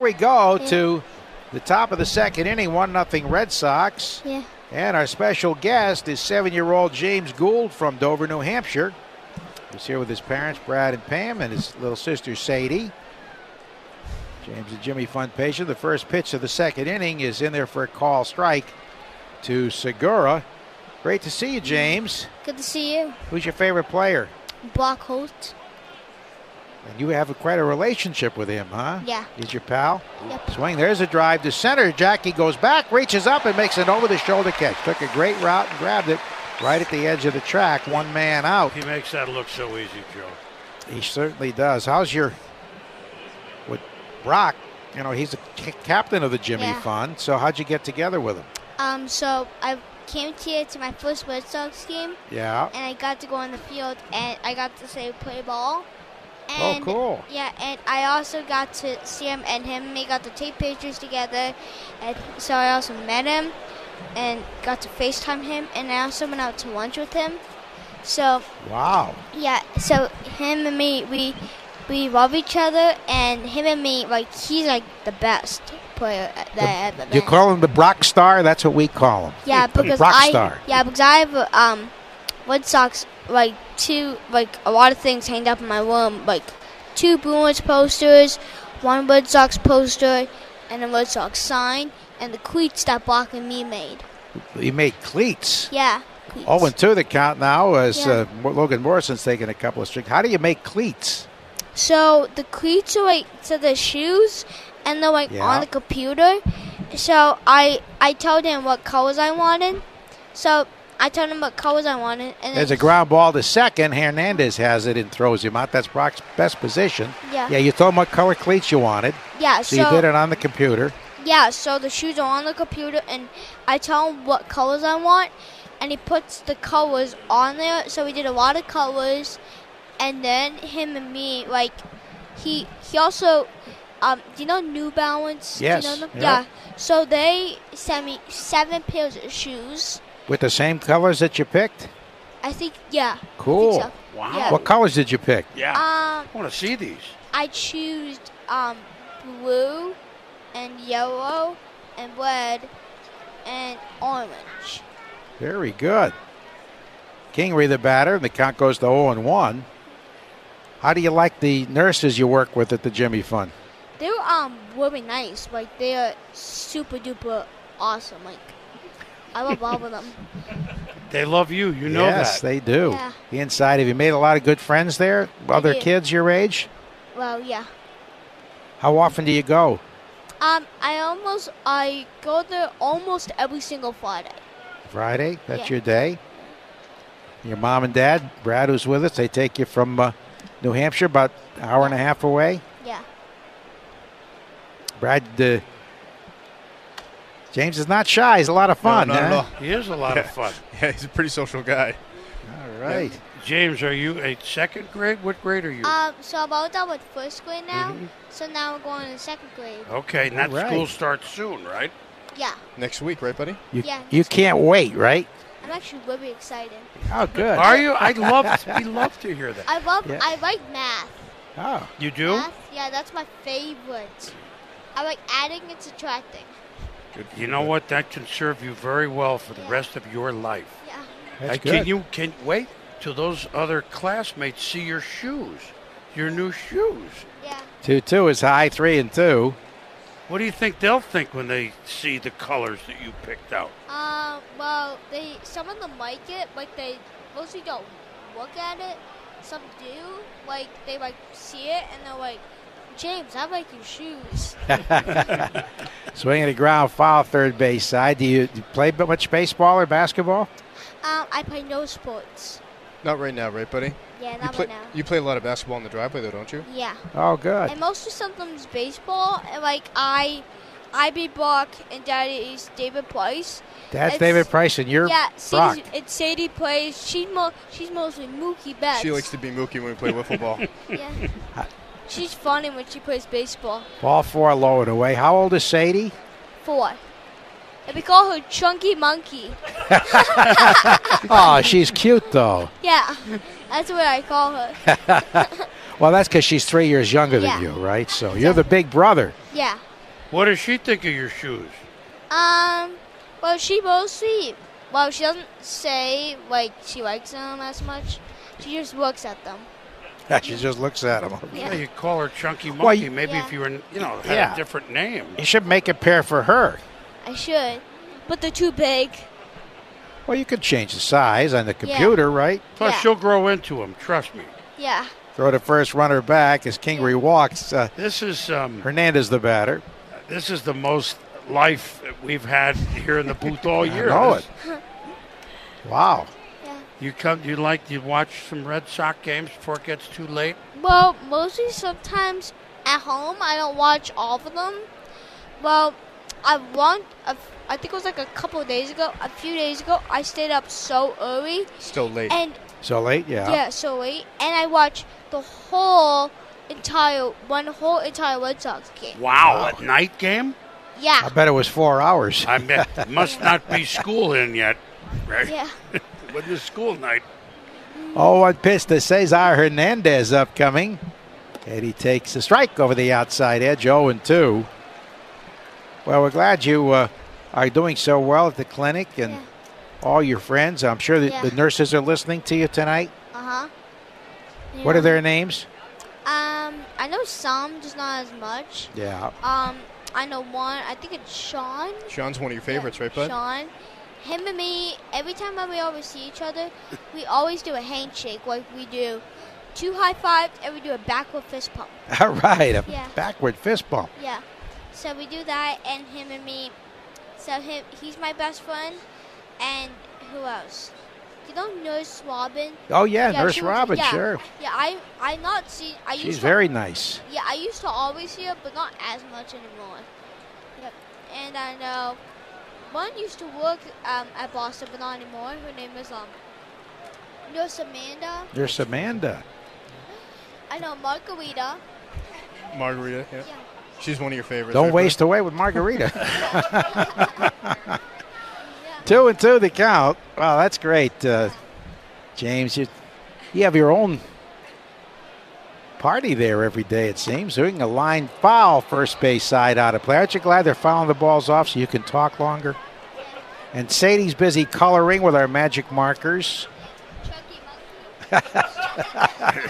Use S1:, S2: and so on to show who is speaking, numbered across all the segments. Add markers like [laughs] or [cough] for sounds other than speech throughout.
S1: We go to the top of the second inning, 1 nothing Red Sox.
S2: Yeah.
S1: And our special guest is seven year old James Gould from Dover, New Hampshire. He's here with his parents, Brad and Pam, and his little sister, Sadie. James and Jimmy Fund patient. The first pitch of the second inning is in there for a call strike to Segura. Great to see you, James.
S2: Good to see you.
S1: Who's your favorite player?
S2: Block Holt.
S1: And you have a, quite a relationship with him, huh?
S2: Yeah.
S1: He's your pal?
S2: Yep.
S1: Swing. There's a drive to center. Jackie goes back, reaches up, and makes an over the shoulder catch. Took a great route and grabbed it right at the edge of the track. One man out.
S3: He makes that look so easy, Joe.
S1: He certainly does. How's your. With Brock, you know, he's the ca- captain of the Jimmy
S2: Yeah.
S1: Fund. So how'd you get together with him?
S2: Um, so I came here to my first Red Sox game,
S1: Yeah.
S2: and I got to go on the field, and I got to say play ball.
S1: Oh,
S2: And,
S1: cool.
S2: Yeah, and I also got to see him and him. We got to take pictures together, and so I also met him, and got to FaceTime him, and I also went out to lunch with him. So
S1: Wow.
S2: Yeah, so him and me, we we love each other, and him and me, like he's like the best player that I've ever
S1: You
S2: met.
S1: call him the Brock Star? That's what we call him.
S2: yeah,
S1: the
S2: because
S1: Brock
S2: I
S1: Star.
S2: yeah because I have uh, um Red Sox like two like a lot of things hanged up in my room like two Bruins posters, one Red Sox poster, and a Red Sox sign, and the cleats that Brock and me made.
S1: He made cleats.
S2: Yeah. Cleats.
S1: Oh, and two the count now as
S2: Yeah.
S1: uh, Logan Morrison's taking a couple of strings. How do you make cleats?
S2: So the cleats are like to the shoes, and they're like
S1: Yeah.
S2: on the computer. So I I told him what colors I wanted. So I told him what colors I wanted, and
S1: There's a
S2: then,
S1: ground ball to second. Hernandez has it and throws him out. That's Brock's best position.
S2: Yeah.
S1: Yeah, you told him what color cleats you wanted.
S2: yeah.
S1: So,
S2: So,
S1: you did it on the computer.
S2: yeah. So the shoes are on the computer, and I tell him what colors I want, and he puts the colors on there. So we did a lot of colors, and then him and me like he he also um do you know New Balance? Do you
S1: Yes,
S2: know them?
S1: yeah.
S2: Yeah. So they sent me seven pairs of shoes.
S1: With the same colors that you picked?
S2: I think yeah. I think
S1: Cool.
S2: so.
S3: Wow.
S2: Yeah.
S1: What colors did you pick?
S3: Yeah.
S2: Um,
S3: I want to see these.
S2: I choose um blue and yellow and red and orange.
S1: Very good. Kingry the batter, and the count goes to 0 and 1. How do you like the nurses you work with at the Jimmy Fund?
S2: They were um really nice. Like they are super duper awesome. Like I love all of them.
S3: They love you. You know
S1: yes,
S3: that.
S1: they do.
S2: Yeah.
S1: The inside, have you made a lot of good friends there? Other
S2: did.
S1: kids your age?
S2: Well, yeah.
S1: How often do you go?
S2: Um, I almost I go there almost every single Friday.
S1: Friday? That's
S2: Yeah.
S1: your day? Your mom and dad, Brad, who's with us, they take you from uh, New Hampshire, about an hour and a half away.
S2: Yeah.
S1: Brad, uh, James is not shy. He's a lot of fun.
S4: no, no,
S1: huh?
S3: He is a lot of fun.
S4: [laughs] Yeah, he's a pretty social guy.
S1: All right.
S3: James, are you a second grade? What grade are you?
S1: Uh,
S2: Um, so I'm all done with first grade now. So now we're going to second grade.
S3: okay, and that
S1: All right.
S3: school starts soon, right?
S2: Yeah.
S4: Next week, right, buddy?
S1: You,
S2: Yeah.
S1: you can't wait, right?
S2: I'm actually really excited.
S1: Oh, good.
S3: Are you? I
S1: [laughs]
S3: love. we love to hear that.
S2: I love.
S1: Yeah.
S2: I like math.
S1: Oh,
S3: You do?
S2: Math, yeah, that's my favorite. I like adding and subtracting.
S4: Good. for
S3: You know
S4: bud.
S3: what? That can serve you very well for the rest of your life.
S2: Yeah.
S1: that's
S3: Uh,
S1: good.
S3: Can you can wait till those other classmates see your shoes, your new shoes?
S2: Yeah.
S1: Two two is high. Three and two.
S3: What do you think they'll think when they see the colors that you picked out?
S2: Um. Well, they some of them like it, like they mostly don't look at it. Some do. Like they like see it and they're like, James, I like your shoes.
S1: Swinging a ground foul, third base side. Do you, do you play b- much baseball or basketball?
S2: um. I play no sports.
S4: Not right now, right, buddy?
S2: Yeah,
S4: You
S2: that
S4: play,
S2: one now.
S4: you play a lot of basketball in the driveway, though, don't you?
S2: Yeah.
S1: Oh, good.
S2: And mostly sometimes baseball. And like I, I beat Brock, and Daddy is David Price.
S1: That's
S2: it's-
S1: David Price, and you're
S2: yeah,
S1: Brock.
S2: Sadie's, it's Sadie plays. She mo- she's mostly Mookie Betts.
S4: She likes to be Mookie when we play
S2: [laughs]
S4: wiffle ball. [laughs]
S2: Yeah. she's funny when she plays baseball.
S1: Ball four, low and away. How old is Sadie?
S2: Four. And we call her Chunky Monkey.
S1: Oh, she's cute though.
S2: Yeah, that's what I call her.
S1: Well, that's because she's three years younger
S2: Yeah.
S1: than you, right? So you're the big brother. [laughs]
S2: Yeah.
S3: What does she think of your shoes?
S2: Um. Well, she mostly. Well, she doesn't say like she likes them as much. She just looks at them.
S1: she just looks at him.
S3: Yeah.
S2: Yeah.
S3: you call her Chunky Monkey.
S1: you-
S3: Maybe
S2: Yeah.
S3: if you were, n- you know, had
S1: Yeah.
S3: a different name.
S1: You should make a pair for her.
S2: I should, but they're too big.
S1: Well, you could change the size on the computer, right?
S3: Plus,
S2: Yeah.
S3: she'll grow into them. Trust me.
S2: Yeah.
S1: Throw the first runner back as Kingery walks. Uh,
S3: This is um,
S1: Hernandez the batter.
S3: this is the most life that we've had here in the
S1: [laughs]
S3: booth all year.
S1: know
S3: This-
S1: Wow.
S2: Yeah.
S3: You come. You like to watch some Red Sox games before it gets too late.
S2: Well, mostly sometimes at home I don't watch all of them. Well, I want. a f- I think it was like a couple of days ago, a few days ago. I stayed up so early
S4: Still late.
S2: and
S1: So late, yeah.
S2: yeah, so late, and I watched the whole entire one whole entire Red Sox game.
S3: Wow, at night game.
S1: I
S2: Yeah.
S1: bet it was four hours. [laughs]
S3: I mean, must not be school in yet. Right?
S2: Yeah.
S3: When is school night?
S1: Oh, one pitch to Cesar Hernandez upcoming. And he takes a strike over the outside edge, 0 and 2. Well, we're glad you uh, are doing so well at the clinic and
S2: Yeah.
S1: all your friends. I'm sure that
S2: Yeah.
S1: the nurses are listening to you tonight.
S2: Uh huh.
S1: What are their names?
S2: Um, I know some, just not as much.
S1: Yeah.
S2: Um, I know one. I think it's Sean.
S4: Sean's one of your favorites, right, bud?
S2: Sean. Him and me, every time that we always see each other, we always do a handshake like we do two high fives and we do a backward fist pump.
S1: [laughs] All right. A
S2: Yeah.
S1: backward fist bump.
S2: Yeah. So we do that and him and me. So him, he's my best friend. And who else? You know Nurse Robin?
S1: Oh, yeah, Nurse
S2: she was-
S1: Robin,
S2: yeah.
S1: sure.
S2: Yeah, I I not see I
S1: She's
S2: used to
S1: very nice.
S2: Yeah, I used to always see her, but not as much anymore. Yep. And I know one used to work um, at Boston, but not anymore. Her name is um, Nurse Amanda.
S1: Nurse Amanda.
S2: I know Margarita.
S4: Margarita, yeah.
S2: Yeah.
S4: She's one of your favorites.
S1: Don't
S4: right,
S1: waste away with Margarita. [laughs]
S2: Yeah.
S1: two and two the count. Wow, that's great, uh, James. You, you have your own party there every day, it seems. Doing a line foul, first base side out of play. Aren't you glad they're fouling the balls off so you can talk longer? And Sadie's busy coloring with our magic markers.
S2: Chucky Monkey.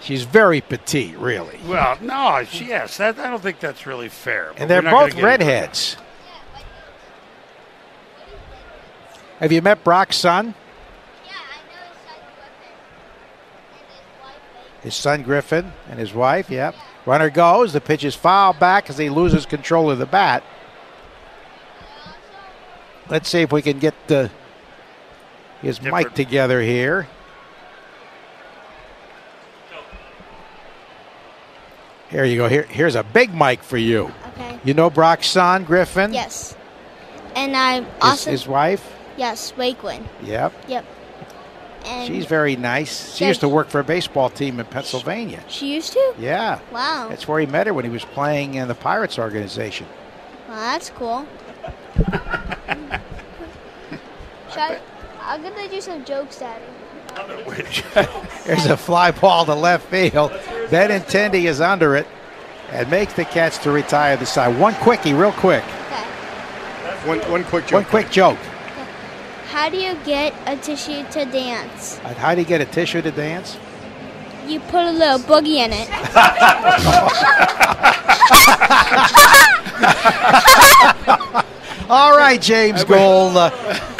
S1: She's very petite, really.
S3: Well, no. it's- Yes, that, I don't think that's really fair. but
S1: And they're
S3: we're not gonna
S1: both
S3: get into it.
S1: redheads. Have you met Brock's son?
S2: Yeah, I know his son Griffin. And his
S1: His son Griffin and his wife,
S2: wife Lady.
S1: yep. Runner goes. The pitch is fouled back as he loses control of the bat. Let's see if we can get the, his mic
S3: Different.
S1: together here. Here you go. Here, here's a big mic for you.
S2: Okay.
S1: You know Brock's son, Griffin?
S2: Yes. And I'm
S1: His,
S2: awesome.
S1: his wife?
S2: yes, Wakelin.
S1: Yep.
S2: Yep. And
S1: She's very nice. She
S2: Yeah.
S1: used to work for a baseball team in Pennsylvania.
S2: she used to.
S1: Yeah.
S2: Wow.
S1: That's where he met her when he was playing in the Pirates organization.
S2: Well,
S1: [laughs]
S2: that's cool. Should I, I'm gonna do some jokes, Daddy.
S1: There's a fly ball to left field. Ben Intendi is under it and makes the catch to retire the side. One quickie, real quick.
S2: Okay.
S4: bud? One, one quick joke.
S1: One quick joke.
S2: How do you get a tissue to dance?
S1: Uh, How do you get a tissue to
S3: [laughs]
S1: dance?
S2: You put a little boogie in
S1: [laughs]
S2: it.
S1: All right, James Gold. uh, [laughs]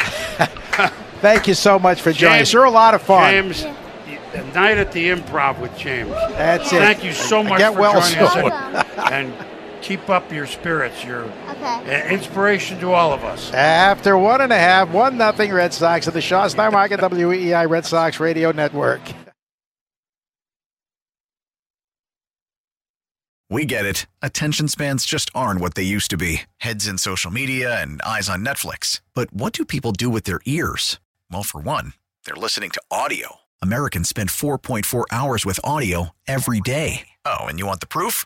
S1: thank you so much for joining us.
S3: James-
S1: You're a lot of fun.
S3: James, the night at the improv with James.
S1: That's it.
S3: Thank you so much
S1: Get
S3: for
S1: well
S3: joining us
S1: soon.
S3: and, and keep up your spirits. You're
S2: Okay.
S3: An inspiration to all of us.
S1: After one and a half, one nothing Red Sox at the Shaw Star Market WEEI E Red Sox Radio Network.
S5: We get it. Attention spans just aren't what they used to be heads in social media and eyes on Netflix. But what do people do with their ears? Well, for one, they're listening to audio. Americans spend 4.4 hours with audio every day. Oh, and you want the proof?